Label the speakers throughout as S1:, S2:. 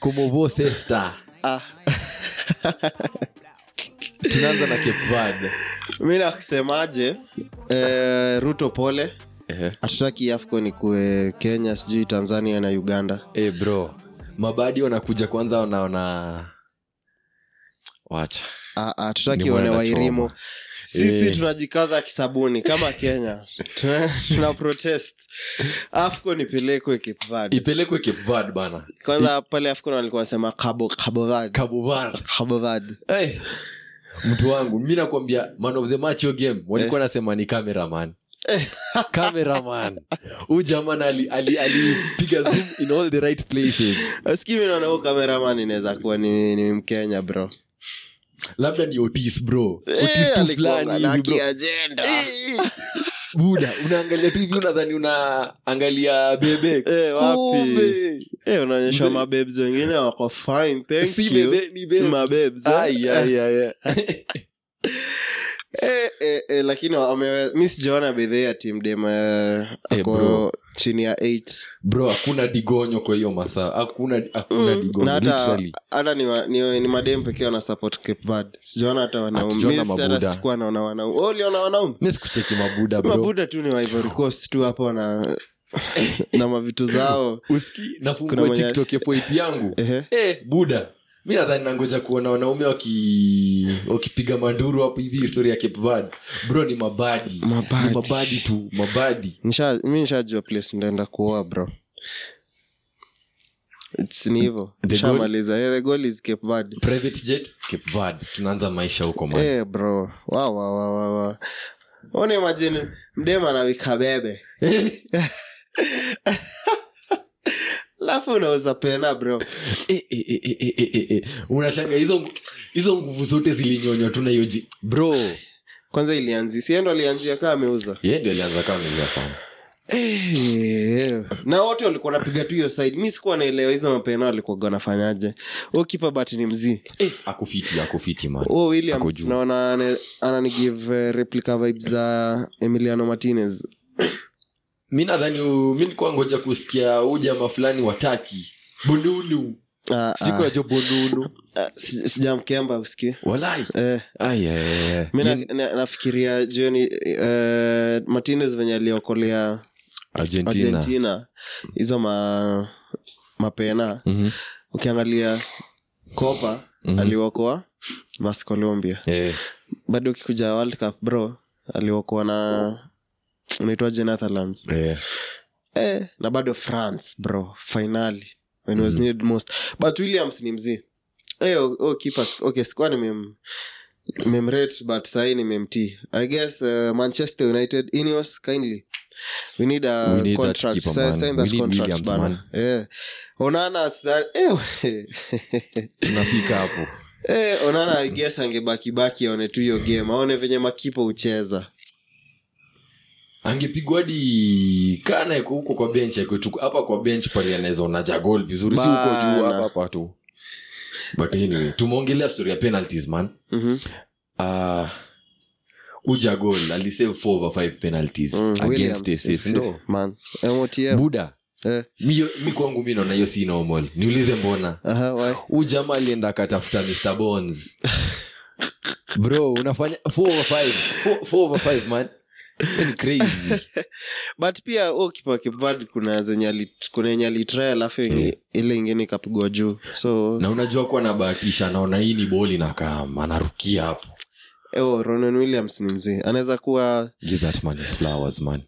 S1: Como você está?
S2: Ah,
S1: Tunaanza na Cape Verde.
S2: mi nakusemaje eh, ruto pole
S1: Ehe.
S2: hatutaki afcon ikue kenya sijui tanzania na uganda
S1: Eh, bro, mabadi wanakuja kwanza wanaona wacha
S2: Ah, ah, hatutaki
S1: Ni
S2: one
S1: wana
S2: wairimo
S1: choma.
S2: sisi
S1: Eh.
S2: tunajikaza kisabuni kama kenya Tuna- tuna protest afcon ipelekwe Cape Verde.
S1: ipelekwe Cape Verde bana
S2: kwanza pale afcon walikuwa wanasema Cabo- Cabo Verde.
S1: Cabo Verde.
S2: Cabo Verde.
S1: Eh, mtu wangu mi nakwambia man of the match yo game
S2: Eh.
S1: walikuwa nasema ni cameraman cameraman u jaman alipiga ali, ali alipiga zoom in all the right places
S2: Sikii mimi naona huyo cameraman inaweza kuwa ni, ni mkenya bro
S1: labda ni otis bro otis
S2: Eh,
S1: tu
S2: alikuwa
S1: fulani
S2: na
S1: hivi bro.
S2: kiagenda.
S1: Eh, buda unaangalia tu hivi unadhani unaangalia bebe
S2: Eh, wapi
S1: Kumbe,
S2: Eh, unaonyesha
S1: Mzee.
S2: mabebs wengine wako fine thank
S1: si
S2: you.
S1: bebe ni bebe
S2: Mabebs, eh.
S1: Ai, ai, ai, ai.
S2: Eh, eh, eh, lakini wame- mi sijaona bedhee ya tim dem eh,
S1: Eh,
S2: ako
S1: bro.
S2: chini ya 8
S1: bro hakuna digonyo kwa hiyo masaa hakuna hakuna
S2: Mm.
S1: digonyo
S2: Na hata-
S1: literally.
S2: hata ni, wa- ni, ni madem pekee wana support Cape Verde. sijaona hata wanaume
S1: Hatujaona
S2: Mi si- hata
S1: Ah, mabuda.
S2: sikuwa naona wanaume Wewe uliona wanaume
S1: mi sikucheki mabuda bro
S2: mabuda tu ni wa Ivory Coast tu hapo na na mavitu zao
S1: uski
S2: Kuna
S1: nafungua
S2: mwenye-
S1: tiktok FYP yangu
S2: Ehe.
S1: eh, buda mi nadhani nangoja kuona wanaume waki- wakipiga maduru hapo hivi histori ya Cape Verde. bro ni mabadi
S2: Mabadi.
S1: Ni mabadi tu mabadi
S2: Nisha- mi nishajua place ndaenda kuoa bro It's ni hivo
S1: The goal-
S2: shamaliza the goal is Cape Verde.
S1: private jet Cape Verde. tunaanza maisha huko man.
S2: Eh, bro Wa, wa, wa, wa, wa. Ona imagine mdema anawika bebe
S1: Eh,
S2: alafu unauza pena bro
S1: Eh, eh, eh, eh, eh, eh, eh. unashanga hizo hizo nguvu zote zilinyonywa tu na hiyo ji- bro
S2: kwanza ilianzi siendo alianzia kaa ameuza
S1: yeye ndio alianza kama mzee sana.
S2: Eh, na wote walikuwa napiga tu hiyo side mi sikuwa naelewa hizo mapena walikuwaga wanafanyaje ukipa bati ni mzii
S1: eh, Oh. akufiti akufiti man
S2: huo
S1: Ako
S2: williams
S1: juu.
S2: naona ane- ananigive eh, replica vibes za emiliano martinez
S1: mi nadhani u- mi nilikuwa ngoja kusikia huu jamaa fulani wataki bununu
S2: Ah, ah,
S1: sikuajo bununu
S2: ah, si- sijamkemba uski
S1: walai
S2: eh,
S1: Ai, ai, ai, ai.
S2: mi na-
S1: Ni-
S2: na- nafikiria jioni eh, martinez venye aliokolea
S1: Argentina.
S2: argentina hizo ma mapena
S1: Mhm,
S2: ukiangalia kopa
S1: mhm.
S2: aliokoa vas colombia
S1: Eh,
S2: bado ukikuja world cup bro aliokoa na unaitwaje netherlands
S1: eh.
S2: eh, na bado france bro finali when was
S1: Mhm.
S2: needed most but williams ni mzii Eh, o- o keeper, okay sikuwa nimem memrate but sahii nimemtii i guess uh, manchester united ineos kindly we need a
S1: We need that
S2: contract
S1: keeper,
S2: Sign-
S1: man.
S2: sign
S1: We
S2: that
S1: need
S2: contract,
S1: Williams,
S2: bana.
S1: man.
S2: Eh. onana sida- eh, we-
S1: tunafika hapo
S2: Eh, onana i guess angebakibaki aone tu hiyo game aone venye makipo hucheza
S1: angepigwa hadi kaa naye kwa huko kwa bench akwetu hapa kwa bench pale anaweza onaja gol vizuri si huko juu
S2: Bana.
S1: hapa hapa tu but anyway tumeongelea story ya penalties man
S2: Mhm.
S1: Ah, uja gol alisave 4 over 5 penalties
S2: Mm,
S1: against
S2: Williams
S1: this
S2: is-
S1: ndo
S2: man. MOTM.
S1: buda
S2: Eh,
S1: mi, mi kwangu mi naona hiyo si normal niulize mbona
S2: aha, why?
S1: huu jamaa alienda akatafuta mr bones bro unafanya 4 over 5 Four- four over 5 man Hiyo ni crazy
S2: but pia oh, kipa kipad kuna zenye ali- kuna yenye alitry alafu yenye-
S1: Eh.
S2: ile ingine ikapigwa juu so
S1: na unajua kuwa nabahatisha naona hii ni boli na kam anarukia hapo
S2: eh, oh, ronan williams ni mzee anaweza kuwa
S1: give that man his flowers man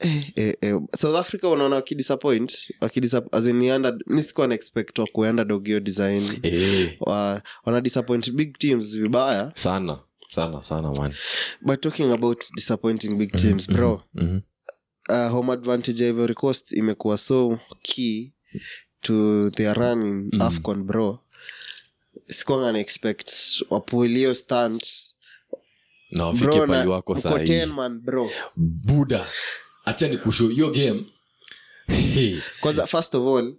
S2: eh, eh, eh, south africa wanaona wakidisappoint wakidisappointianda mi sikuwa naexpect wakuenda dogio design
S1: eh
S2: wa, wana disappoint big teams vibaya
S1: sana sana sana man
S2: but talking about disappointing big teams bro
S1: mm
S2: uh, home advantage ya ivory coast imekuwa so key to their run in
S1: Mm.
S2: afcon bro sikuanga na expect wapuilio stunt
S1: na wafike
S2: bro
S1: pali
S2: na
S1: wako
S2: mko
S1: sahii
S2: 10 man bro
S1: buda hacha ni kusho hiyo game Hey,
S2: kwanza first of all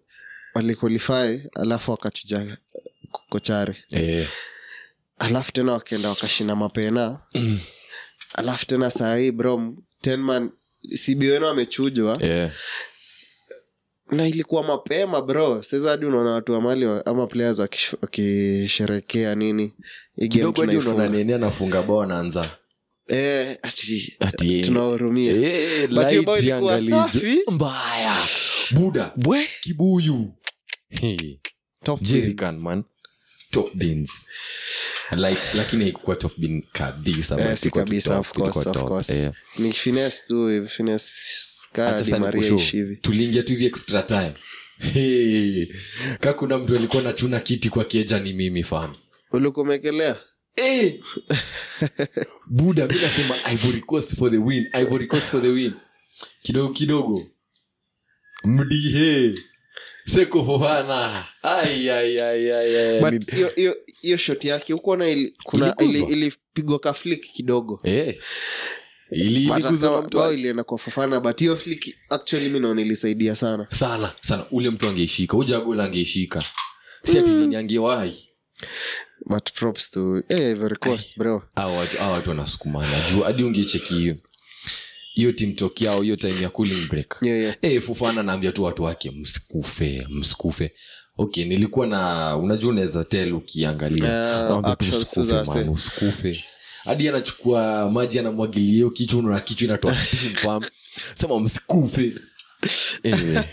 S2: waliqualify alafu wakachuja kochare
S1: eh,
S2: alafu tena wakaenda wakashinda mapena
S1: Mm.
S2: alafu tena sahii bro 10 man sibi wenu amechujwa
S1: eh.
S2: na ilikuwa mapema bro sasa hadi unaona watu wa mali wa- ama players wakish- wakisherekea nini Hii game
S1: kidogo hadi
S2: tunaifunga.
S1: unaona nini anafunga bao anaanza
S2: Eh, ati
S1: Ati-
S2: tunawahurumia
S1: Eh,
S2: But hiyo
S1: light
S2: bao ilikuwa
S1: ziangalie.
S2: safi.
S1: mbaya buda
S2: bwe
S1: kibuyu Hey,
S2: Top
S1: jerrycan man top beans like lakini haikuwa top bean kabisa
S2: Eh,
S1: but
S2: si
S1: ilikuwa tu
S2: kabisa,
S1: top,
S2: of course,
S1: ilikuwa
S2: of
S1: top,
S2: course.
S1: eh.
S2: ni finesse tu eh, finesse kaa
S1: Acha
S2: Di
S1: sana
S2: Maria
S1: kushow.
S2: ishi hivi
S1: tuliingia tu hivi extra time Hey, ka kuna mtu alikuwa nachuna kiti kwa kieja ni mimi fam
S2: ulikuwa umeekelea
S1: Eh! buda mi nasema ivory coast for the win ivory coast for the win kidogo kidogo mdihe seko fofana Ai, ai, ai, ai, ai, ni-
S2: but hiyo- hiyo- hiyo shot yake ukuona ili- kuna ili-
S1: Iliguzwa.
S2: ilipigwa ka flik kidogo
S1: Eh. ili
S2: Hata
S1: iliguza
S2: kama
S1: na mtu
S2: bao ilienda kwa fofana but hiyo flik actually mi naona ilisaidia sana
S1: sana sana ule mtu angeishika ujagol angeishika si ati
S2: Mm.
S1: nini angewahi
S2: but props to eh, Ivory Coast, bro
S1: Hawa watu- hawa watu wanasukumana juu hadi ungecheki hiyo hiyo timtok yao hiyo time ya cooling break
S2: yeah, yeah.
S1: hey, fufana naambia tu watu wake msikufe msikufe okay nilikuwa na unajua unaweza tel ukiangalia
S2: Uh,
S1: naambia tu
S2: actions tu
S1: msikufe
S2: za
S1: man,
S2: wasee.
S1: usikufe hadi anachukua maji anamwagilia hiyo kichwa unaona kichwa inatoa steam, fam. sema msikufe anyway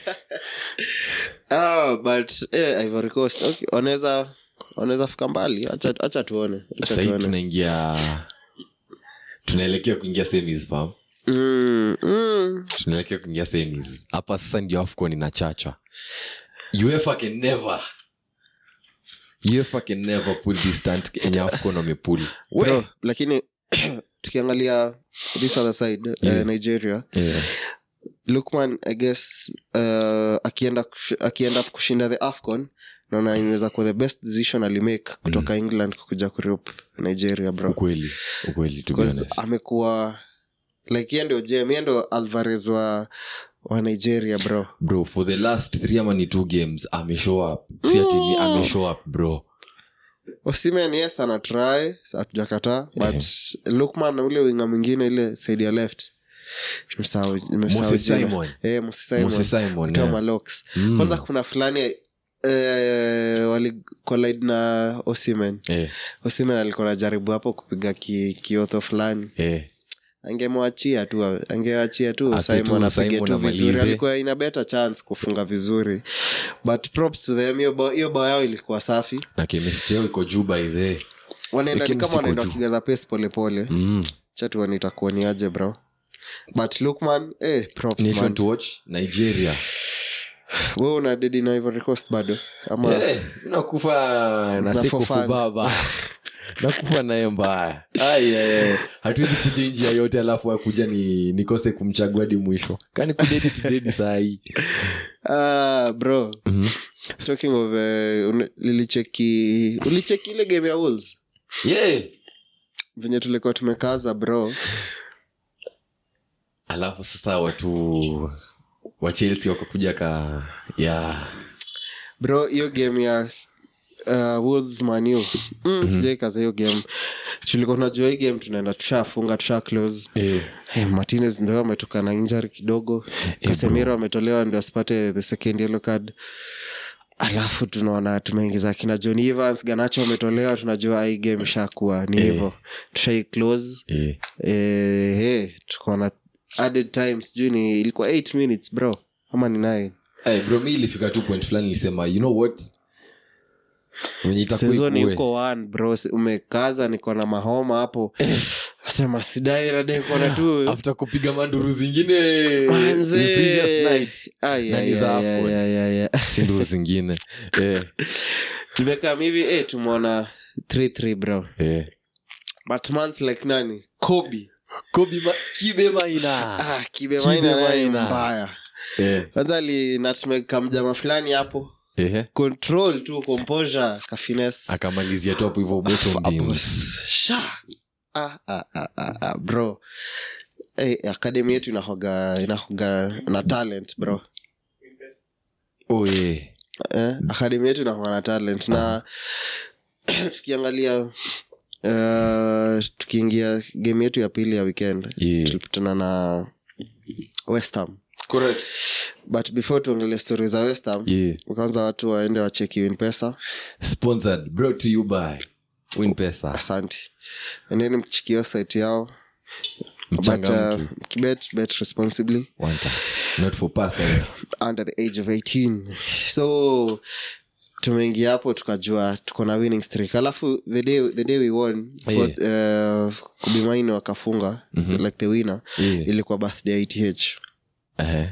S2: Ah, but eh, Ivory Coast, okay, wanaweza wanaweza fika mbali acha acha tuone acha
S1: sahii
S2: tuone.
S1: tunaingia tunaelekea kuingia semis fam
S2: Mm, mm.
S1: tunaelekea kuingia semis hapa sasa ndio afcon inachacha uefa can never uefa can never pull this stunt yenye afcon wamepull We-
S2: Bro, lakini tukiangalia this other side eh,
S1: Yeah.
S2: nigeria
S1: Yeah.
S2: lukman i guess uh, akienda kush- akienda kushinda the afcon naona inaweza kuwa the best decision alimake
S1: Mm.
S2: kutoka england kuja kurop nigeria bro
S1: ukweli ukweli to be
S2: 'Cause
S1: honest.
S2: amekuwa like yeye ndio jem yeye ndio alvarez wa wa nigeria bro
S1: bro for the last three ama ni two games ameshow up si ati ni
S2: Mm.
S1: ameshow up bro
S2: osimen yes ana try hatujakataa but
S1: Ehe.
S2: lukman na ule winga mwingine ile side ya left Nimesahau- nimesahau
S1: moses
S2: jina.
S1: simon
S2: Eh, Moses Simon.
S1: moses simon
S2: Kama
S1: yeah.
S2: locks
S1: Mm.
S2: kwanza kuna fulani eh, walikolid na osimen
S1: Eh,
S2: osimen alikuwa najaribu hapo kupiga ki, kiotho fulani
S1: eh.
S2: angemwachia tu angewachia tu
S1: Ate tu,
S2: simon apige
S1: Simon
S2: tu vizuri
S1: amalize.
S2: alikuwa ina better chance kufunga vizuri but props to them hiyo bao- hiyo bao yao ilikuwa safi
S1: na chemistry yao iko juu by the
S2: wanaenda ni
S1: Lakini
S2: kama
S1: siko
S2: wanaenda
S1: juu.
S2: wakigadha pesi polepole
S1: mm.
S2: chatuani itakuoniaje bro but lukman eh, props
S1: nation
S2: man.
S1: to watch nigeria
S2: wewe una dedi na ivory coast bado ama
S1: Eh, unakufa na
S2: Na for fun.
S1: sekofubaba nakufa naye mbaya Ai, ai, ai. hatuwezi kuja njia yote alafu akuja ni nikose kumchagua hadi mwisho kani kudedi tudedi sahii
S2: ah, bro
S1: Mhm.
S2: talking of eh, un- lilicheki ulicheki ile game ya wolves
S1: yeah.
S2: venye tulikuwa tumekaza bro
S1: alafu sasa watu wa chelsea wakakuja ka ya
S2: bro hiyo game ya uh, wolves manu mm,
S1: Mhm.
S2: sijaikaza hiyo game tulikuwa tunajua hii game tunaenda tushafunga tusha close
S1: Eh.
S2: hey, Eh, martinez ndio ametoka na injari kidogo
S1: Eh,
S2: kasemiro ametolewa ndio asipate the second yellow card alafu tunaona tumeingiza kina john evans ganacho ametolewa tunajua hii game ishakuwa ni
S1: Eh.
S2: hivo tushai close
S1: Eh,
S2: eh, hey, tuko na added time sijui ni ilikuwa 8 minutes bro ama ni 9
S1: eh, bro mi ilifika tu point fulani nilisema you know what Venye itakuwa
S2: sezoni
S1: ikuwe.
S2: uko 1 bro si- umekaza niko na mahoma hapo
S1: Eh.
S2: asema sidai rade kona tu
S1: after kupiga manduru zingine
S2: Manze.
S1: the previous night
S2: Ai,
S1: na
S2: ai,
S1: ni za
S2: ai,
S1: Afcon.
S2: ai, ai, ai, ai.
S1: si nduru zingine eh,
S2: tumekaa hivi eh, tumeona 33 bro
S1: eh.
S2: but mans like nani kobi
S1: kobi ma, kibe maina
S2: ah, kibemaina
S1: Kibemaina.
S2: nani mbaya
S1: eh,
S2: kwanza linatmeg kamjama fulani hapo
S1: eh,
S2: control tu composure kafines
S1: Ah, akamalizia tu hapo hivyo bottom beam.
S2: sha ah, ah, ah, ah, ah, bro hey, akademi yetu inahoga inahoga na talent bro
S1: Oh, eh.
S2: eh, akademi yetu inahoga na talent na tukiangalia uh, tukiingia game yetu ya pili ya weekend
S1: Yeah.
S2: tulipatana na westham
S3: correct
S2: but before tuongele stori za westham
S1: yeah.
S2: kwanza watu waende wacheki winpesa
S1: sponsored brought to you by winpesa
S2: asanti endeni mchikiwa site yao but uh,
S1: mchangamki
S2: bet, bet responsibly
S1: one time not for persons
S2: under the age of 18 so tumeingia hapo tukajua tuko na winning streak alafu the day, the day we won
S1: Yeah.
S2: yeah. uh, kubimaini wakafunga
S1: Mhm.
S2: like the winner
S1: yeah.
S2: ilikuwa birthday ith
S1: uh-huh.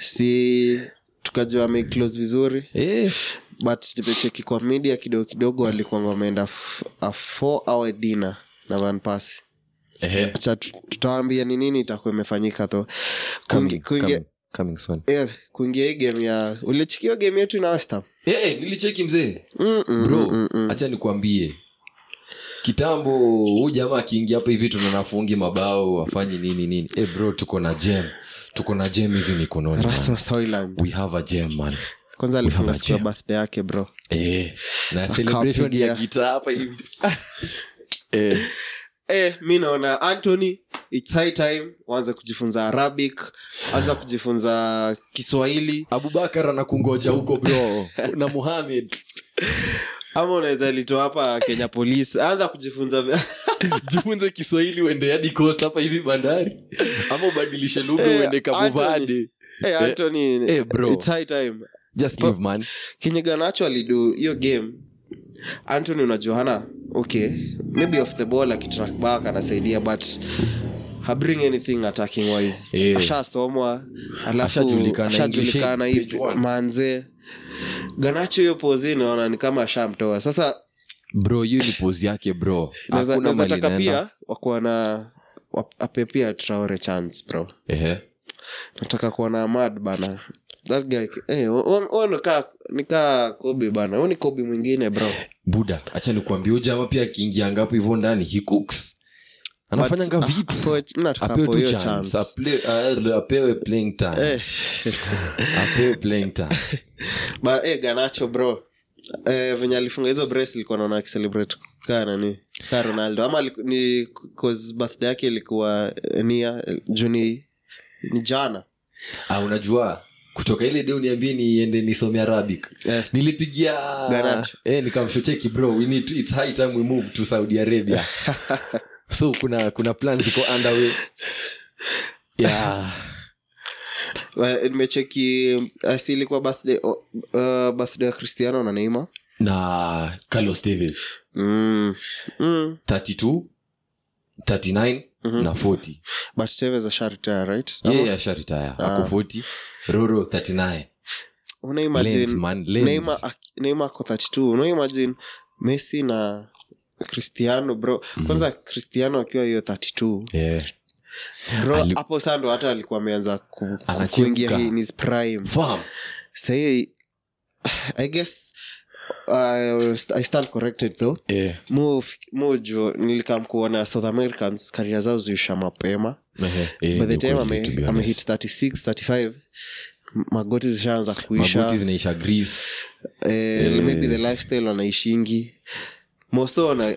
S2: si tukajua ameclose vizuri
S1: yeah.
S2: but nimecheki kwa media kidogo kidogo walikuanga wameenda f- a four hour dinner na vanpasi
S1: Ehe.
S2: cha tutawambia ni nini itakuwa imefanyika tho
S1: coming,
S2: Kuingi- kuingia
S1: coming, coming soon
S2: eh, kuingia hii game ya ulichikiwa game yetu na westam
S1: Eh, eh, nilicheki mzee
S2: Mm, mm,
S1: bro
S2: mm, mm.
S1: hacha nikuambie kitambo huu jamaa akiingia hapa hivi tunanafungi mabao afanyi nini nini eh bro tuko na jem tuko na jem hivi mikononi man.
S2: Rasmus Hojlund.
S1: we have a jem man
S2: kwanza
S1: have
S2: alifunga
S1: a
S2: siku ya
S1: gem.
S2: birthday yake bro
S1: eh, na celebration
S2: Akapiga.
S1: ya gita hapa hivi eh,
S2: eh, mi naona antony its high time waanze kujifunza arabic anza kujifunza kiswahili
S1: abubakar anakungoja huko bro na muhamed
S2: ama unaweza litoa hapa kenya police anza kujifunza vya-
S1: jifunze kiswahili uende hadi coast hapa hivi bandari ama ubadilishe lugha
S2: Eh,
S1: uende kabuvade
S2: hey, antony
S1: eh, bro.
S2: its high time
S1: just give man
S2: kenye ganacho alidu hiyo game antony unajua hana okay maybe off the ball akitrack back anasaidia but habring anything attacking wise
S1: Eh.
S2: ashasomwa alafu
S1: Ashajulikana,
S2: ashajulikana
S1: English eh,
S2: hii
S1: page one.
S2: manze ganacho hiyo pozi naona ni kama ashamtoa sasa
S1: bro hiyo ni pose yake bro
S2: naweza-
S1: hakuna
S2: naweza
S1: mali
S2: taka
S1: inaenda
S2: pia wakuwa na wa- ape pia traore chance bro
S1: ehe
S2: nataka kuona mad bana that guy eh, hey, nikaa nika kobi bana huyu ni kobi mwingine bro
S1: buda hacha nikuambia huyu jamaa pia akiingia ngapo hivyo ndani he cooks anafanyanga
S2: But,
S1: vitu
S2: apoe- mi nataka
S1: apewe
S2: apoe
S1: tu
S2: hiyo
S1: chance
S2: chance.
S1: aple- a- apewe playing time
S2: Eh,
S1: apewe playing time
S2: but, eh, ganacho bro eh, venye alifunga hizo brace ilikuwa naona akicelebrate kaa nani kaa ronaldo ama aliku- ni cause birthday yake ilikuwa eh, nia eh, juu ni ni jana
S1: ah, unajua kutoka ile de uniambie niende nisome arabic
S2: Eh.
S1: nilipigia
S2: Ganacho.
S1: eh, nikamshocheki bro we need to, it's high time we move to saudi arabia so kuna kuna plans ziko underway yeah.
S2: Wa- nimecheki eh, si ilikuwa birthday oh, uh, birthday ya cristiano na neima
S1: na carlos davis
S2: mm. Mm.
S1: 32 39
S2: Mhm.
S1: na 40
S2: but tevez asharitaya right
S1: yeye
S2: Ama-
S1: asharitaya
S2: Ah.
S1: ako 40 roro 39
S2: unaimagine
S1: Lens, man, lens.
S2: Neymar ak- Neymar ako 32 unaimagine messi na cristiano bro kwanza cristiano akiwa hiyo 32
S1: Mhm. Yeah.
S2: bro
S1: Ali-
S2: hapo saa ndo hata alikuwa ameanza ku- ku-
S1: Anachemka.
S2: kuingia in his prime
S1: Fam,
S2: sahii i guess uh, i stand corrected though Mo- mo juu nilikam kuona south americans karia zao ziisha mapema
S1: Ehe, eh,
S2: by the
S1: ni
S2: time
S1: ukweli, to be
S2: ame-
S1: honest.
S2: amehit 36 35 m- magoti zishaanza kuisha
S1: Magoti zinaisha grease.
S2: eh, maybe the lifestyle wanaishingi moso wana,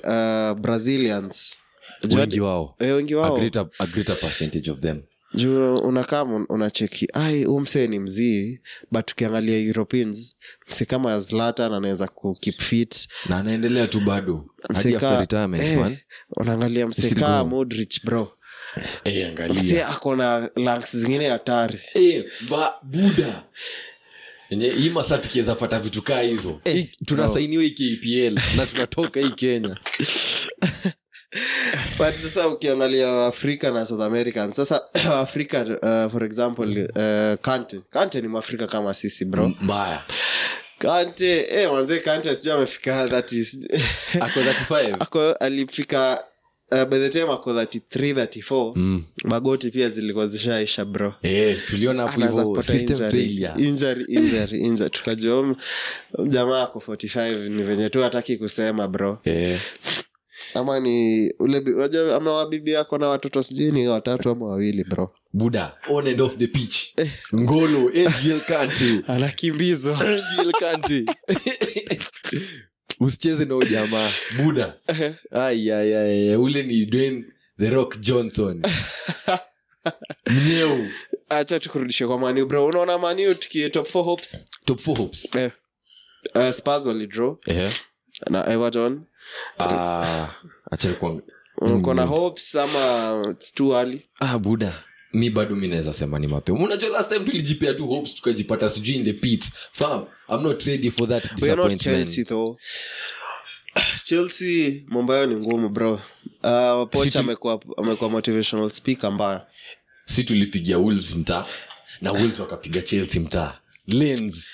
S2: uh, brazilians Juu
S1: wengi
S2: hadi-
S1: wao
S2: eh, wengi
S1: A
S2: wao
S1: greater- a greater percentage of them
S2: juu unakama un- unacheki ai huu msee ni mzii but ukiangalia europeans msee kama zlatan anaweza kukip fit
S1: na anaendelea tu bado hadi
S2: Mseka-
S1: after retirement
S2: eh,
S1: man
S2: unaangalia msee
S1: Still
S2: kaa
S1: going.
S2: modrich bro
S1: eh, angalia
S2: msee ako na lanks zingine hatari
S1: eh, ba, buda enye hii masaa tukiweza pata vitu kaa hizo
S2: Eh,
S1: eh, tunasainiwa hii kpl na tunatoka hii kenya
S2: but sasa ukiangalia afrika na south american sasa afrika uh, for example uh, kante kante ni mwafrika kama sisi bro
S1: mbaya
S2: kante eh, manze kante sijui amefika 30
S1: ako 35
S2: ako alifika uh, by the time ako 33 34
S1: mm.
S2: magoti pia zilikuwa zishaisha bro
S1: eh, tuliona hapo
S2: Anaanza
S1: hivyo
S2: kupata
S1: system
S2: injury.
S1: failure
S2: Injury, injury, injury. tukajua huyu- huyu jamaa ako 45 ni venye tu hataki kusema bro
S1: eh.
S2: ama ni ule bi- unajua ama wabibi yako na watoto sijui ni watatu ama wawili bro
S1: buda on and off the pitch
S2: Eh.
S1: ngolo ngl kante
S2: anakimbizwa
S1: ngl kante usicheze na ujamaa buda ayayaya ule ni den the rock johnson mnyeu
S2: acha tukurudishe kwa maniu bro unaona maniu tukie top four hopes
S1: top four hopes
S2: eh. uh, spars walidraw
S1: Ehe.
S2: na everton
S1: Ah, acha kwa
S2: uko na
S1: Mm.
S2: hopes ama its too early
S1: ah, buda mi bado mi naweza sema ni mapema unajua last time tulijipea tu hopes tukajipata sijui in the pits fam i'm not ready for that
S2: We are not
S1: disappointment
S2: chelsea though chelsea mambo yao ni ngumu bro uh, poch
S1: City-
S2: amekuwa amekuwa motivational speaker mbaya
S1: si tulipigia wolves mtaa na wolves wakapiga chelsea mtaa lens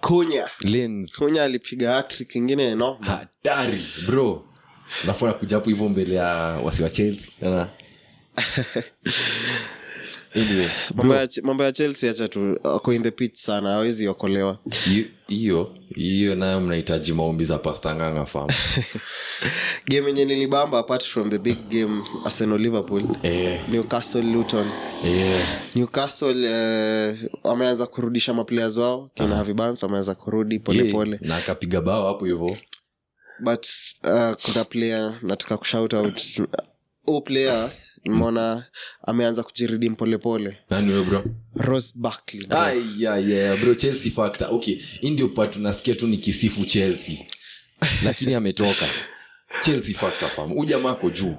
S2: kunya
S1: lens
S2: kunya alipiga hatrik ingine no
S1: hatari bro nafuna kuja hapo hivyo mbele ya wasi wa chelsea Ana. anyway
S2: mambo
S1: bro,
S2: ya Ch- mambo ya chelsea acha tu ako in the pit sana awezi okolewa
S1: hi- hiyo hiyo nayo mnahitaji maombi za pastanganga fam
S2: game yenye nilibamba apart from the big game arsenal liverpool
S1: eh,
S2: newcastle luton
S1: eh,
S2: newcastle eh, wameanza kurudisha maplayers wao kina Harvey Barnes wameanza kurudi
S1: Ah. yeah,
S2: polepole
S1: eh, na akapiga bao hapo hivyo
S2: but uh, kuna player nataka kushout out huu player nimeona ameanza kujiredeem polepole
S1: nani huyo bro
S2: rose Barkley, bro.
S1: Ai, ya, ya, ya, bro chelsea factor okay hii ndio part unasikia tu nikisifu chelsea lakini ametoka chelsea factor fam huyu jamaa ako juu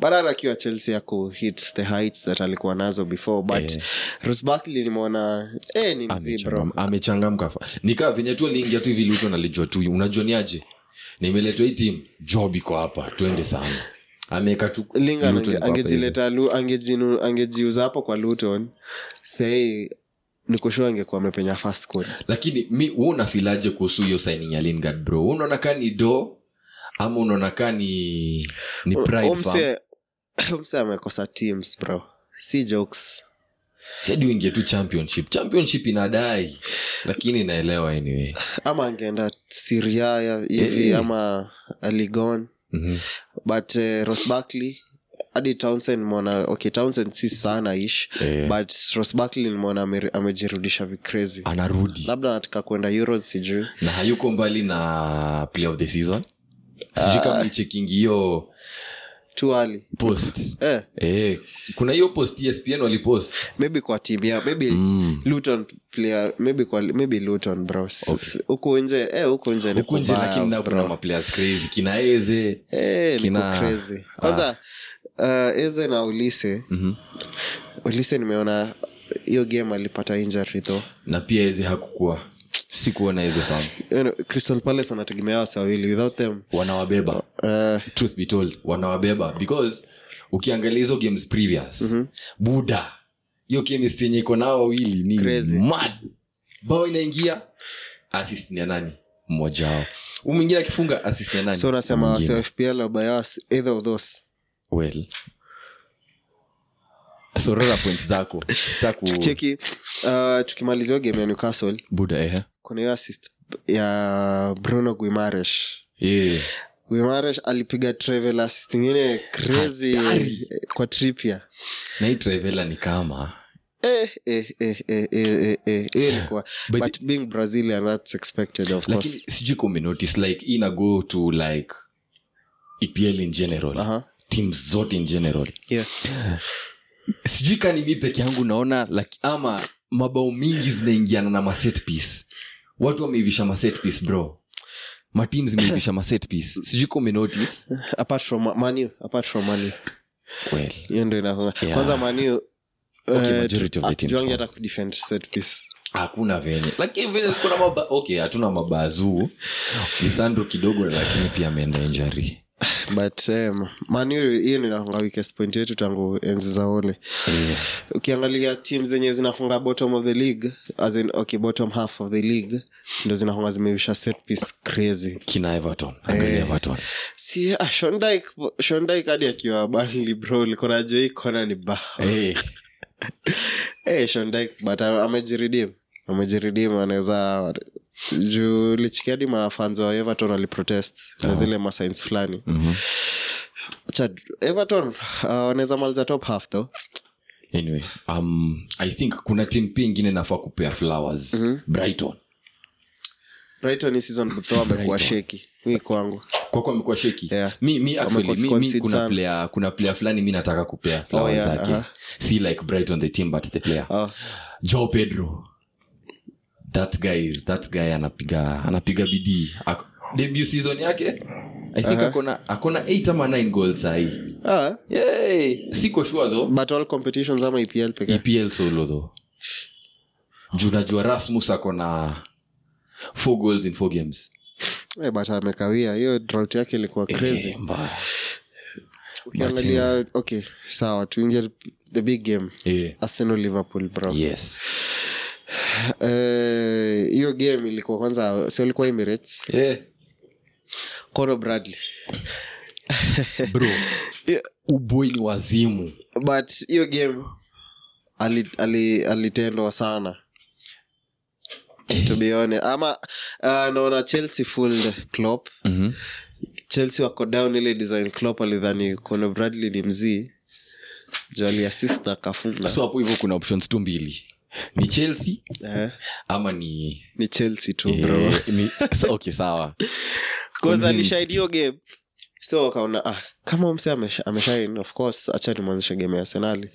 S2: badala akiwa chelsea ya kuhit the heights that alikuwa nazo before but
S1: Eh.
S2: rose Barkley nimeona eh, ni mzii bro
S1: Amechangamka- amechangamka fa nikaa venye tu aliingia tu hivi luto nalijua tu unajua ni aje nimeletwa hii timu job iko hapa twende sana ameweka tu
S2: Lingard
S1: Luton
S2: ange-
S1: iko hapa
S2: angejileta lu- angejinu- angejiuza hapo kwa luton sahii nikushua angekuwa amepenya first squad.
S1: hivi. lakini mi hu unafilaje kuhusu hiyo signing ya lingard bro Wewe unaona kaa ni do ama unaona kaa ni ni pride fam
S2: Omse- Omse amekosa teams bro si jokes
S1: sadi uingie tu championship championship inadai lakini naelewa anyway
S2: ama angeenda siriaya hivi
S1: Eh.
S2: ama ligon
S1: Mhm.
S2: but uh, rosbakly hadi townsend mona okay townsend si sana ish
S1: Eh,
S2: but rosbakly nimwona ame- amejirudisha vicrazy
S1: anarudi
S2: labda anataka kwenda euros sijui
S1: na hayuko mbali na play of the season sijui kama ichekingi hiyo
S2: tuali
S1: post
S2: eh,
S1: eh, kuna hiyo post E espn walipost
S2: maybe kwa team ya maybe
S1: Mm.
S2: luton player maybe kwa maybe luton bro S-
S1: Okay.
S2: huku nje eh, huku nje ni
S1: huku nje
S2: kubaya,
S1: lakini na kuna
S2: bro.
S1: maplayers crazy kina eze
S2: Eh, niko
S1: Kina- ah.
S2: crazy. kwanza uh, eze na ulise
S1: Mhm.
S2: ulise nimeona hiyo game alipata injury though
S1: na pia eze hakukuwa sikuona eze fam
S2: You know, crystal palace wanategemea wasi wawili without them
S1: wanawabeba
S2: uh,
S1: truth be told wanawabeba because ukiangalia hizo games previous
S2: Mhm.
S1: buda hiyo chemistry yenye iko nao wawili ni
S2: Crazy.
S1: mad bao inaingia assist ni ya nani mmoja wao Huyu mwingine akifunga assist ni ya nani
S2: so unasema
S1: Mwingine.
S2: wasi fpl wabayas either of those
S1: well sorora point zako sitaku
S2: tucheki uh, tukimalizia hiyo game ya newcastle
S1: buda ehe
S2: kuna hiyo assist ya bruno guimaresh
S1: yeah.
S2: guimaresh alipiga travel assist ingine crazy
S1: Hatari.
S2: kwa tripia
S1: na hii trevela ni kama
S2: eh, eh, eh, eh, eh, eh, eh, ilikuwa
S1: But-
S2: but, but being brazilian that's expected of
S1: lakini
S2: course
S1: sijui kumenotice like ina go to like epl in general
S2: Aha.
S1: team zote in general
S2: Yeah.
S1: sijui kani mi peke yangu naona like, ama mabao mingi zinaingiana na maset piece watu wameivisha maset piece bro matim zimeivisha maset piece sijui ka umenotice
S2: apart from manu apart from manu
S1: well
S2: hiyo ndo inafunga
S1: Yeah.
S2: kwanza manu
S1: Okay, majority of the teams
S2: ah, tuangi
S1: won.
S2: hata kudefend set piece
S1: hakuna venye lakini venye kuna maba okay hatuna mabazuu lisandro kidogo lakini pia ameenda injury
S2: but um, manu hiyo ndo inafunga weakest point yetu tangu enzi za ole Eh.
S1: yeah.
S2: ukiangalia tim zenye zinafunga bottom of the league as in, okay bottom half of the league ndo zinafunga zimevisha set piece crazy
S1: kina everton angalia
S2: Eh.
S1: everton
S2: si ah, shondike shondike hadi akiwa bali bro ulikuwa najua hii kona ni ba Eh.
S1: hey.
S2: hey, shondike Eh, but ame- amejiridim amejiridim anaweza juu lichikia hadi mafanzi wa everton waliprotest na
S1: Aha.
S2: zile masains fulani
S1: mm-hmm.
S2: Acha, everton uh, wanaweza maliza top half though
S1: anyway um, i think kuna tim pia ingine nafaa kupea flowers
S2: Mhm.
S1: brighton
S2: brighton hii season though amekuwa
S1: Brighton.
S2: sheki mi kwangu
S1: kwako amekuwa sheki
S2: Yeah.
S1: mi, mi, actually, mi, mi
S2: Amekuwa
S1: kuna
S2: concerned.
S1: player kuna player fulani mi nataka kupea flowers
S2: Oh, yeah, uh-huh.
S1: zake
S2: aha.
S1: si like bright on the team but the player
S2: Oh,
S1: jo pedro that guy is that guy anapiga anapiga bidii Ak- debut season yake i think
S2: Aha.
S1: akona akona 8 ama 9 goals sahii
S2: ah,
S1: Yay! siko sure though
S2: but all competitions ama epl pekee
S1: epl solo though juu najua rasmus akona four goals in four games
S2: Eh, but amekawia hiyo drought yake ilikuwa crazy
S1: Eh, mbaya.
S2: ukiangalia okay sawa tuingie the big game
S1: Eh,
S2: arsenal liverpool bro
S1: yes
S2: Eh, hiyo game ilikuwa kwanza si ilikuwa emirates
S1: Eh,
S2: Conor bradley
S1: bro uboi ni wazimu
S2: but hiyo game alitendwa ali, alitendwa sana to be honest ama uh, naona chelsea fooled Klopp.
S1: mm-hmm.
S2: chelsea wako down ile design Klopp alidhani Conor bradley ni mzii jo aliassist na akafunga
S1: so hapo hivyo kuna options tu mbili ni chelsea
S2: eh,
S1: ama ni
S2: ni chelsea tu bro
S1: Eh, ni- sa- okay sawa
S2: Cause
S1: Convinced.
S2: alishine hiyo game so wakaona ah, kama mse ameshine of course acha nimwanzishe game ya arsenali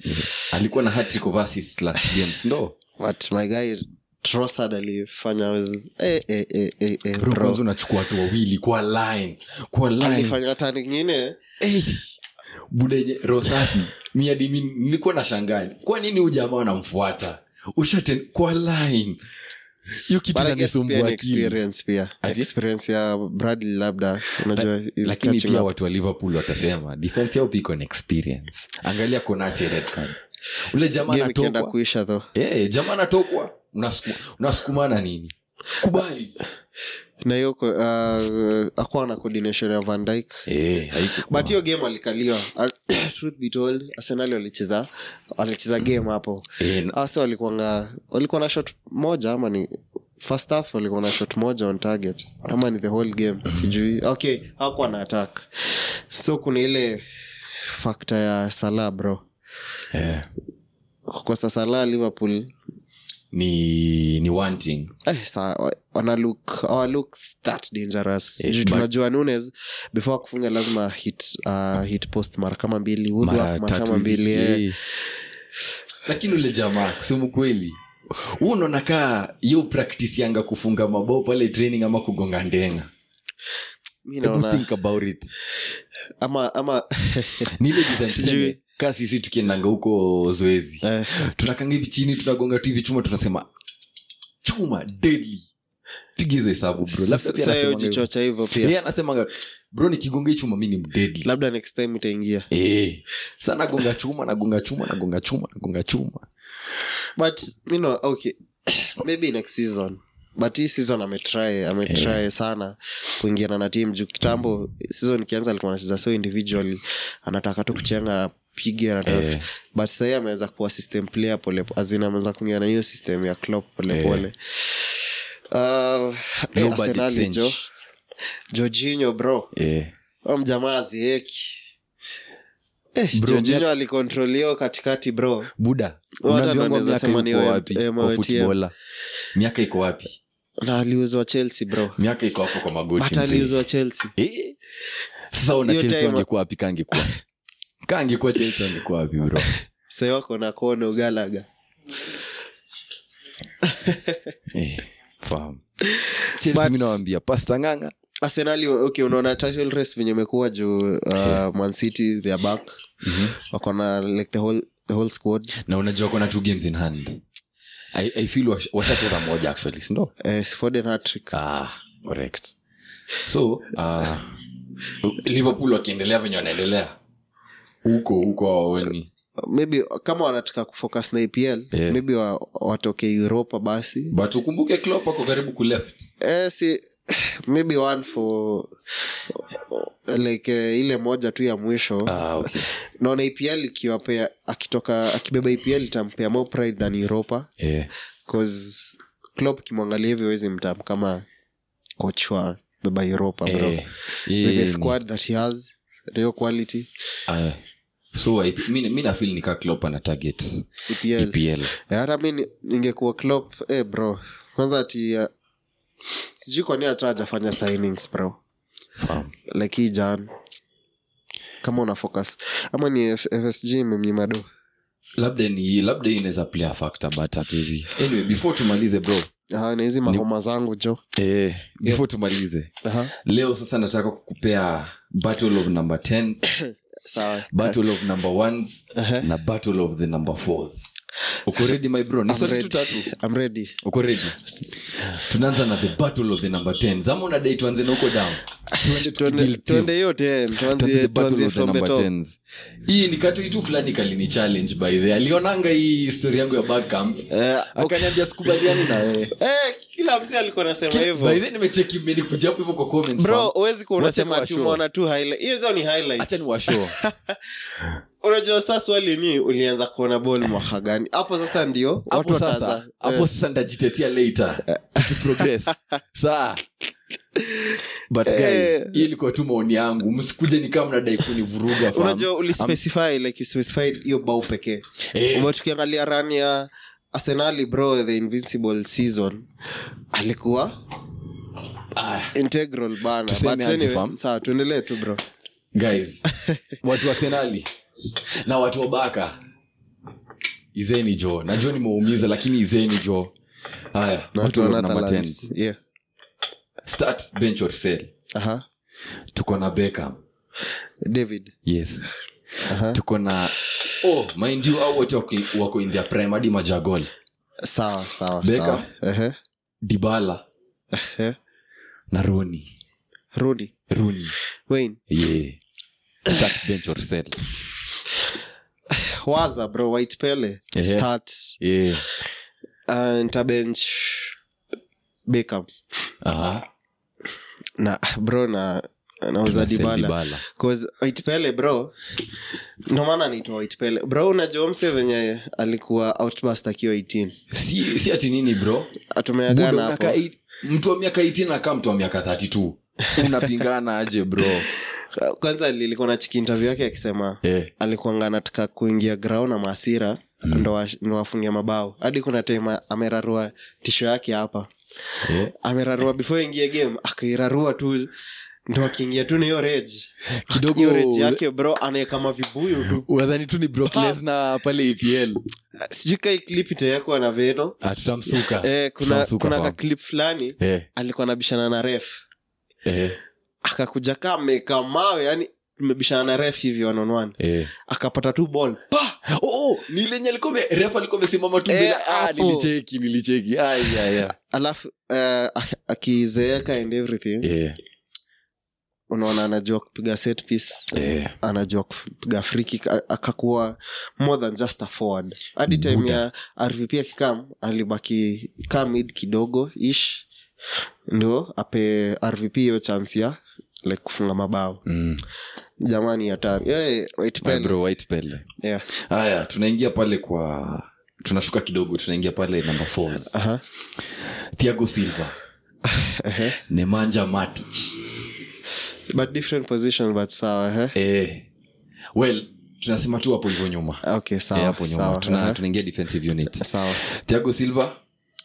S1: alikuwa na hatrick of assists last games ndo
S2: but my guy Trossard alifanya was- eh, eh, eh, eh, eh,
S1: Bro,
S2: bro.
S1: kwanza unachukua watu wawili kwa line kwa line
S2: alifanya hata nyingine
S1: Eh, budenye rosafi miadimi nilikuwa na shangani kwa nini huu jamaa wanamfuata ushaten kwa line hiyo kitu
S2: But I guess pia
S1: nanisumbua
S2: ni
S1: akili
S2: experience pia
S1: Ati?
S2: experience ya bradley labda unajua is
S1: lakini
S2: catching
S1: pia
S2: up.
S1: watu wa liverpool watasema defense yao piko na experience angalia konate red card ule jamaa
S2: game ikienda
S1: anatokwa
S2: kuisha tho
S1: hey, jamaa anatokwa Unasukuma- unasukumana nini kubali
S2: na hiyo ko- uh, akuwa na coordination ya van Dijk.
S1: hey, haikukuwa.
S2: but hiyo game alikaliwa Ah, truth be told arsenali walicheza walicheza game hapo
S1: Eh, na-
S2: hasa walikuanga walikuwa na shot moja ama ni first half walikuwa na shot moja on target ama ni the whole
S1: Mm-hmm.
S2: game sijui okay hawakuwa na attack so kuna ile fakta ya sala bro
S1: eh,
S2: kukosa sala liverpool
S1: ni ni one thing
S2: eh, sa wanaluk awaluk that dangerous
S1: Eh,
S2: Juu
S1: but-
S2: tunajua nunes before kufunga lazima hit, uh, hit post mara kama mbili woodwork
S1: mara
S2: mara,
S1: tatu
S2: kama mbili
S1: hivi.
S2: eh.
S1: Eh. lakini ule jamaa kusema kweli huu unaonakaa yo practice yanga kufunga mabao pale training ama kugonga ndenga
S2: mi
S1: Hebu
S2: naona
S1: think about it
S2: ama ama
S1: ni ile design
S2: Sijui.
S1: tuseme, kaa sisi tukiendanga huko zoezi
S2: eh,
S1: tunakanga hivi chini tunagonga tu hivi chuma tunasema chuma deadly piga hizo hesabu bro labda pia
S2: sasa
S1: anasemanga
S2: yeye
S1: hivyo.
S2: hujichocha hivyo pia
S1: yeye anasemanga bro nikigonga hii chuma mi ni mdeadly
S2: labda next time itaingia
S1: Eh. sa nagonga chuma nagonga chuma nagonga chuma nagonga chuma
S2: but you know, okay maybe next season but hii season ametry
S1: Eh.
S2: ametry sana kuingiana na tim juu kitambo season ikianza alikuwa anacheza so individually anataka tu kuchenga apige anataka
S1: Eh.
S2: but sahii ameweza kuwa system player pole azin ameweza kuingia na hiyo system ya clop
S1: Eh.
S2: polepole uh,
S1: No
S2: eh,
S1: budget
S2: arsenali
S1: Finch.
S2: jo jorginho bro
S1: Eh.
S2: Huyo mjamaa azieki eh,
S1: Bro,
S2: jorginho alikontrolio katikati bro
S1: buda
S2: Wala
S1: unaambiwa
S2: ndo naweza
S1: miaka
S2: sema ni
S1: iko
S2: M-
S1: wapi
S2: M-
S1: kwa
S2: M-
S1: footballer? miaka iko wapi
S2: na aliuzwa chelsea bro
S1: miaka iko hapo kwa magoti
S2: but
S1: mzee.
S2: aliuzwa chelsea
S1: Eh. sasa una
S2: Hiyo
S1: Chelsea
S2: time-
S1: wangekuwa wapi kaa angekuwa kaa angekuwa Chelsea wangekuwa wapi bro
S2: sai wako na kono ugalaga
S1: Eh, fahamu. Chelsea
S2: But-
S1: mi nawambia pasta nganga
S2: arsenali okay unaona title race venye imekuwa juu uh, man city their back
S1: Mm-hmm.
S2: wako na like the whole the whole squad
S1: na unajua kona two games in hand i, I feel wash- washacheza moja actually sindo
S2: eh, foden hattrick
S1: ah, correct so uh, liverpool wakiendelea venye wanaendelea huko huko awawani
S2: maybe kama wanataka kufocus na apl
S1: Yeah. Mm.
S2: maybe wa, watoke europa basi
S1: but ukumbuke klop ako karibu kuleft
S2: eh, si maybe one for like eh, ile moja tu ya mwisho
S1: ah, okay.
S2: naona apl ikiwapea akitoka akibeba apl itampea more pride than europa
S1: yeah.
S2: cause Klopp kimwangalia hivyo wezi mtam kama coach wa beba europa bro
S1: Eh, eh,
S2: with the
S1: ni-
S2: squad that he has real quality
S1: ah, so I thi- mi mi nafil nikaa klop ana target E
S2: epl
S1: epl
S2: Eh, hata mi ni- ningekuwa Klopp eh bro kwanza ati uh, sijui kwa nini hata hajafanya signings bro
S1: Fam.
S2: like hii jan kama una focus ama ni F- fsg imemnyima do
S1: labda ni labda hii inaweza play a factor but hatuwezi anyway before tumalize bro
S2: Ah, na hizi mahoma zangu jo
S1: eh, before tumalize leo sasa nataka kukupea battle of number 10
S2: sawa Eh,
S1: battle of number ones
S2: Aha.
S1: na battle of the number fours Eh? uko ready my bro ni
S2: I'm
S1: swali tu
S2: ready.
S1: tatu
S2: I'm ready.
S1: uko ready tunaanza na the battle of the number 10 zama unadai tuanze na huko down tuende
S2: Tuende-
S1: tukibuild team.
S2: tuende yote eh,
S1: Tuanze the
S2: tuanzie-
S1: battle
S2: tuanzie
S1: of the
S2: from the
S1: number
S2: top
S1: 10s. hii ni katu itu fulani kalini challenge by the alionanga hii story yangu ya backamp
S2: Eh, okay.
S1: akaniambia sikubaliani na wewe
S2: Eh, kila msi alikuwa nasema
S1: Kila- by
S2: hivyo
S1: the nimecheki menikuja hapo hivyo kwa comments
S2: bro
S1: fam.
S2: huwezi kuwa
S1: Wacha
S2: unasema
S1: niwashow.
S2: tumeona tu highlight- hizo ni
S1: acha ni
S2: highlights
S1: washow
S2: unajua saa swali ni ulianza kuona bol mwaka gani hapo sasa ndio
S1: hapo
S2: watu
S1: sasa
S2: wataanza- Eh,
S1: hapo sasa ndajitetea later tukiprogress saa but guys
S2: Eh.
S1: hii ilikuwa tu maoni yangu msikuje nikaa mnadai kunivuruga fam.
S2: unajua ulispecify like you specified hiyo bao pekee
S1: Eh,
S2: Ume- tukiangalia run ya arsenali bro the invincible season alikuwa
S1: ah,
S2: integral bana But
S1: Tuseme aje,
S2: anyway,
S1: fam?
S2: sawa tuendelee tu bro
S1: guys watu wa senali na watu wa baka izeni jo najua nimeumiza lakini izeni jo haya
S2: Na
S1: watu wa
S2: tuona
S1: number
S2: talents.
S1: 10s.
S2: Yeah.
S1: start bench or sell
S2: Aha.
S1: tuko na Beckham.
S2: david
S1: yes
S2: Aha.
S1: tuko na oh mind you au wote wako- wako in their prime hadi majagol
S2: sawa sawa
S1: Beckham.
S2: sawa. Ehe,
S1: dibala
S2: ehe.
S1: na roni
S2: rudi
S1: roni
S2: Wayne,
S1: yeah. start bench or sell
S2: waza bro white pele
S1: Ehe.
S2: start
S1: yeah.
S2: uh, ntabench Beckham.
S1: Aha.
S2: na bro na nauza
S1: Tuna sell
S2: dibala
S1: Dybala.
S2: Cause White Pele, bro ndomaana naitwa White Pele. bro unajua mse venye alikuwa outburst akiwa 18
S1: si, si ati nini bro Budo,
S2: tumeagana
S1: unakaa
S2: hapo
S1: eight- mtu wa miaka 8 akaa mtu wa miaka 32 unapingana aje bro
S2: kwanza lilikuwa na chiki interview yake akisema
S1: eh.
S2: alikuanga anataka kuingia grau na maasira
S1: Mm.
S2: ndo wa- ndo wafungia mabao hadi kuna time amerarua tisho yake hapa
S1: Eh.
S2: amerarua before ingie game akairarua tu ndo akiingia tu na hiyo rage hiyo rage
S1: kidogo
S2: yake bro anaeka mavibuyu tu
S1: wadhani tu ni Brock
S2: Ah.
S1: Lesnar pale EPL
S2: sijui kai clip itawekwa na veno
S1: Ah, tutamsuka
S2: eh, kuna,
S1: Tunamsuka
S2: kuna
S1: fam.
S2: ka clip fulani
S1: eh,
S2: alikuwa anabishana na ref
S1: eh,
S2: akakuja kaa ameweka mawe yani tumebishana na ref hivi one on one
S1: eh.
S2: akapata tu ball
S1: Oh, oh, ni lenye alikuwa ame- refa alikuwa amesimama tu
S2: Eh,
S1: mbele. ah,
S2: hapo.
S1: nilicheki nilicheki Ai, ai, ai.
S2: alafu uh, akizeeka and everything
S1: Eh,
S2: unaona anajua kupiga set piece
S1: eh.
S2: anajua kupiga free kick a- akakuwa more than just a forward hadi time
S1: Buda.
S2: ya rvp akikam alibaki kamid kidogo ish ndio ape rvp hiyo chance ya like kufunga mabao
S1: Mm.
S2: jamani hatari hey, wait
S1: My
S2: pale.
S1: bro, white pele
S2: yeah.
S1: haya tunaingia pale kwa tunashuka kidogo tunaingia pale number fours.
S2: Aha.
S1: thiago silva
S2: Ehe.
S1: nemanja matic
S2: but different position but sawa ehe.
S1: eh. well tunasema tu hapo hivyo nyuma
S2: okay
S1: Eh,
S2: sawa
S1: hapo nyuma
S2: sawa Uh-huh.
S1: Tuna-
S2: ehe.
S1: tunaingia defensive unit
S2: sawa
S1: thiago silva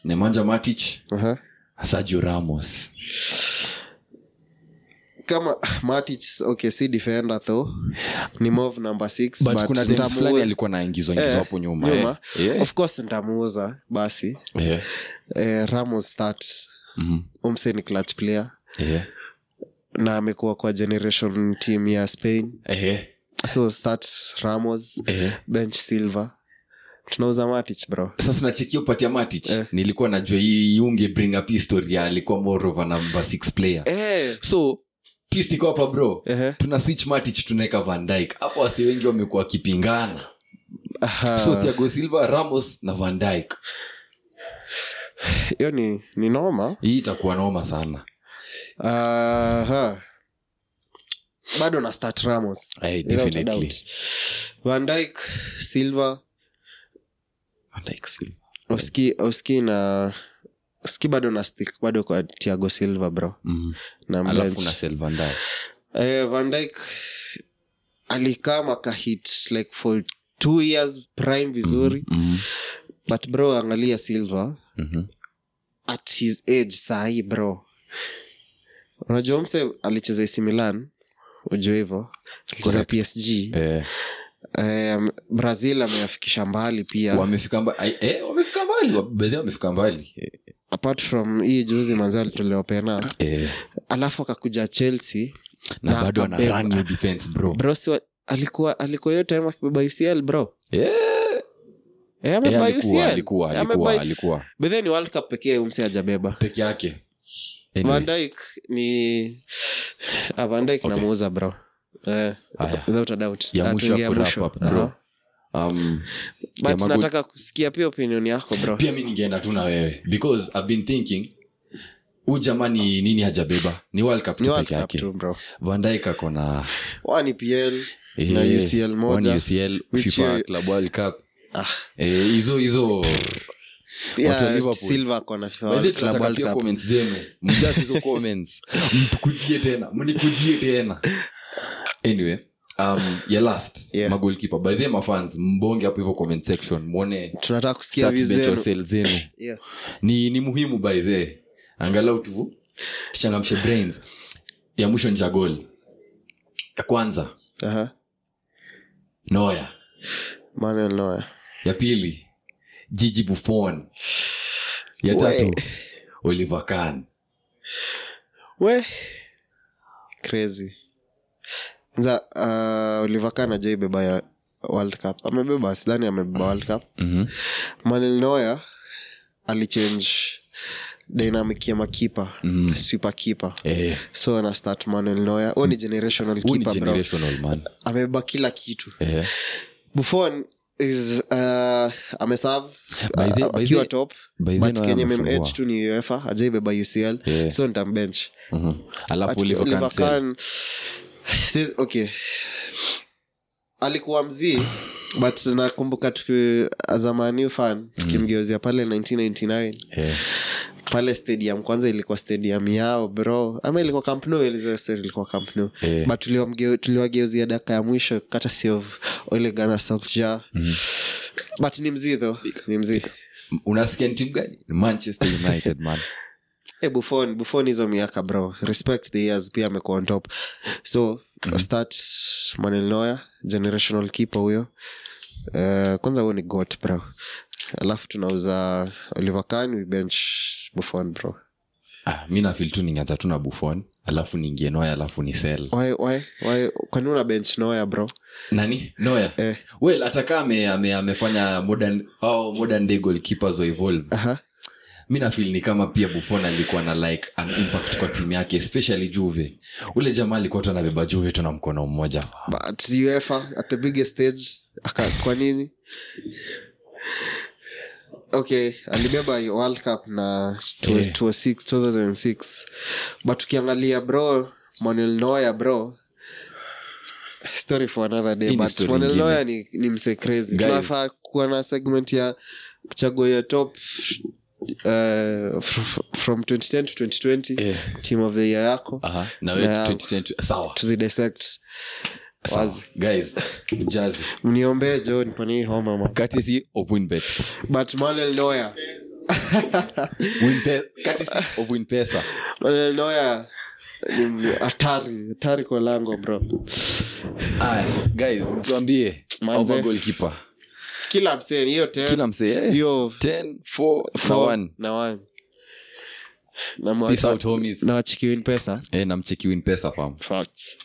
S1: nemanja matic
S2: Aha.
S1: sergio ramos
S2: kama Matic, okay si defender though ni move number six,
S1: but,
S2: but
S1: kuna times
S2: nitamu-
S1: fulani alikuwa naingizwa ingizwa
S2: Eh,
S1: hapo nyuma,
S2: nyuma.
S1: Eh. Eh.
S2: of course nitamuuza basi
S1: Eh.
S2: eh, ramos start
S1: Mhm.
S2: umse ni clutch player
S1: Eh.
S2: na amekuwa kwa generation team ya spain
S1: Eh.
S2: so start ramos
S1: Eh.
S2: bench silver tunauza matic bro
S1: sasa unachekia upatia matic
S2: Eh.
S1: nilikuwa najua hii yunge bring up history ya alikuwa more of a number six player
S2: eh,
S1: so peace iko hapa bro
S2: ehe,
S1: tuna switch matic tunaweka van dyke hapo wasi wengi wamekuwa wakipingana
S2: aha.
S1: so thiago silva ramos na van dyke
S2: hiyo ni, ni noma
S1: hii itakuwa noma sana
S2: aha. bado na start ramos
S1: hey,
S2: without a doubt. van dyke silver oski, oski na oski bado na stick bado kwa tiago silver bro na
S1: Mm. alafu
S2: mbench
S1: na selvandy
S2: eh, van Dijk alikam akahit like for two years prime vizuri
S1: Mhm. Mm.
S2: but bro
S1: Mm-hmm.
S2: angalia silver at his age sahii bro unajua mse alicheza AC Milan ujua hivo alicheza
S1: Correct.
S2: psg
S1: eh,
S2: eh, brazil ameyafikisha mbali pia
S1: wamefika mba, ai- eh, wamefika mbali bedhi wamefika mbali
S2: apart from hii juzi manzi alitolewa pena
S1: eh,
S2: alafu akakuja chelsea
S1: na,
S2: Na
S1: bado ana
S2: akabeba.
S1: run your defense bro
S2: bro si wa- alikuwa alikuwa hiyo time akibeba ucl bro
S1: eh,
S2: Eh,
S1: eh,
S2: amebeba
S1: alikuwa
S2: ucl
S1: alikuwa
S2: Amebeba-
S1: alikuwa alikuwa
S2: By the way, ni world cup pekee umse ajabeba
S1: peke yake
S2: van
S1: anyway,
S2: dyke ni ah, van dyke
S1: Okay.
S2: namuuza bro eh,
S1: haya
S2: without a doubt
S1: Ya
S2: Ah,
S1: mwisho
S2: tuingie
S1: hapo
S2: ya
S1: wrap
S2: mwisho.
S1: up, bro.
S2: Aha.
S1: um,
S2: But
S1: Yamaguchi-
S2: nataka kusikia pia opinion yako bro
S1: pia mi ningeenda tu na wewe because I've been thinking huu jamaa ni nini hajabeba ni World Cup
S2: Ni
S1: tu
S2: World
S1: peke
S2: Cup
S1: yake
S2: tu, bro.
S1: Van Dijk ako na
S2: One EPL
S1: eh,
S2: na ucl
S1: one
S2: moja
S1: UCL
S2: Which
S1: FIFA
S2: you-
S1: Club World Cup
S2: Ah.
S1: Eh, hizo hizo Watu wa
S2: pia
S1: Liverpool.
S2: silva kona
S1: Wazee tunataka pia comments zenu mjaze hizo comments mtukujie tena mnikujie tena anyway um, ya last
S2: Yeah.
S1: yeah. magolkipa by the mafans mbonge hapo hivyo comment section mwone
S2: tunataka kusikia
S1: search
S2: views
S1: bench or
S2: zenu
S1: sell zenu
S2: Yeah.
S1: ni, ni muhimu by the angalau tu tuchangamshe brains ya mwisho ni chagol ya kwanza
S2: Aha.
S1: noya
S2: Manuel Neuer.
S1: ya pili jiji buffon ya
S2: We.
S1: tatu oliver Kahn.
S2: we crazy za uh, Oliver Kahn hajaibeba ya world cup amebeba sidhani amebeba world cup
S1: Mhm.
S2: Manuel Neuer alichange dynamic ya makipa
S1: Mhm.
S2: sweeper keeper
S1: Eh,
S2: so ana start Manuel Neuer huo ni generational
S1: huu Mm. ni
S2: keeper bro
S1: generational man
S2: amebeba kila kitu
S1: Eh.
S2: Buffon is uh, ameserve
S1: By the-
S2: uh,
S1: by
S2: akiwa
S1: the-
S2: top
S1: By the
S2: but
S1: way,
S2: kenye
S1: amefungua.
S2: memh tu ni uefa ajaibeba ucl
S1: Eh,
S2: so ntambench
S1: mhm. alafu
S2: But
S1: Oliver Kahn
S2: Oliver
S1: sell.
S2: Kahn- Sis- okay alikuwa mzii but nakumbuka tuki azamaniu
S1: Mm.
S2: fan tukimgeuzia pale 1999
S1: Eh,
S2: pale stadium kwanza ilikuwa stadium yao bro ama ilikuwa kampnu ilikuwa kampnu
S1: eh,
S2: but tuliwamgeu- tuliwageuzia dakika ya mwisho kata siof olegana solja
S1: mhm.
S2: but ni mzii tho ni mzii
S1: unasikia ni timu gani manchester united man
S2: e buffon buffon hizo miaka bro respect the years pia amekuwa on top so mm-hmm. start Manuel Neuer, generational keeper huyo uh, kwanza huo ni got bro alafu tunauza oliver Kahn, we bench buffon bro
S1: ah, mi nafil tu ningeanza tu na buffon alafu niingie noya alafu ni sel
S2: why, why, why, kwani una bench Neuer bro
S1: nani noya
S2: Eh.
S1: well atakaa ame, ame, amefanya modern au modern day goalkeepers wa evolve
S2: Aha.
S1: mi nafil ni kama pia buffon alikuwa na like an impact kwa timu yake especially juve ule jamaa alikuwa tu anabeba juve tu na mkono mmoja
S2: but uefa at the biggest stage aka kwa nini okay alibeba world cup na
S1: Yeah.
S2: 2006 2006 but ukiangalia bro manuel noya bro story for another
S1: Hii
S2: day
S1: ni
S2: but
S1: story
S2: manuel
S1: ingine.
S2: noya ni, ni mse crazy
S1: Guys.
S2: tunafaa kuwa na segment ya kuchagua ya top uh, fr- from 2010 to 2020
S1: eh.
S2: team of the year yako
S1: Aha, na we
S2: Na-
S1: 2022 sawa
S2: tuzidissect
S1: sawa.
S2: wazi.
S1: guys jazi
S2: mniombee john kwani homa man.
S1: courtesy of winbet
S2: but manuel noya
S1: Winpe- courtesy of winpesa
S2: manuel noya ni m- hatari hatari kwa lango bro
S1: Aya, guys mtuambie
S2: Manze.
S1: golkipe
S2: kila msee hiyo ten
S1: kila eh, msee
S2: hiyo
S1: 10 4 na
S2: four
S1: 1
S2: na one na
S1: peace
S2: mwa-
S1: out homies
S2: na wachikiwin pesa
S1: eh namcheki win pesa fam
S2: Facts.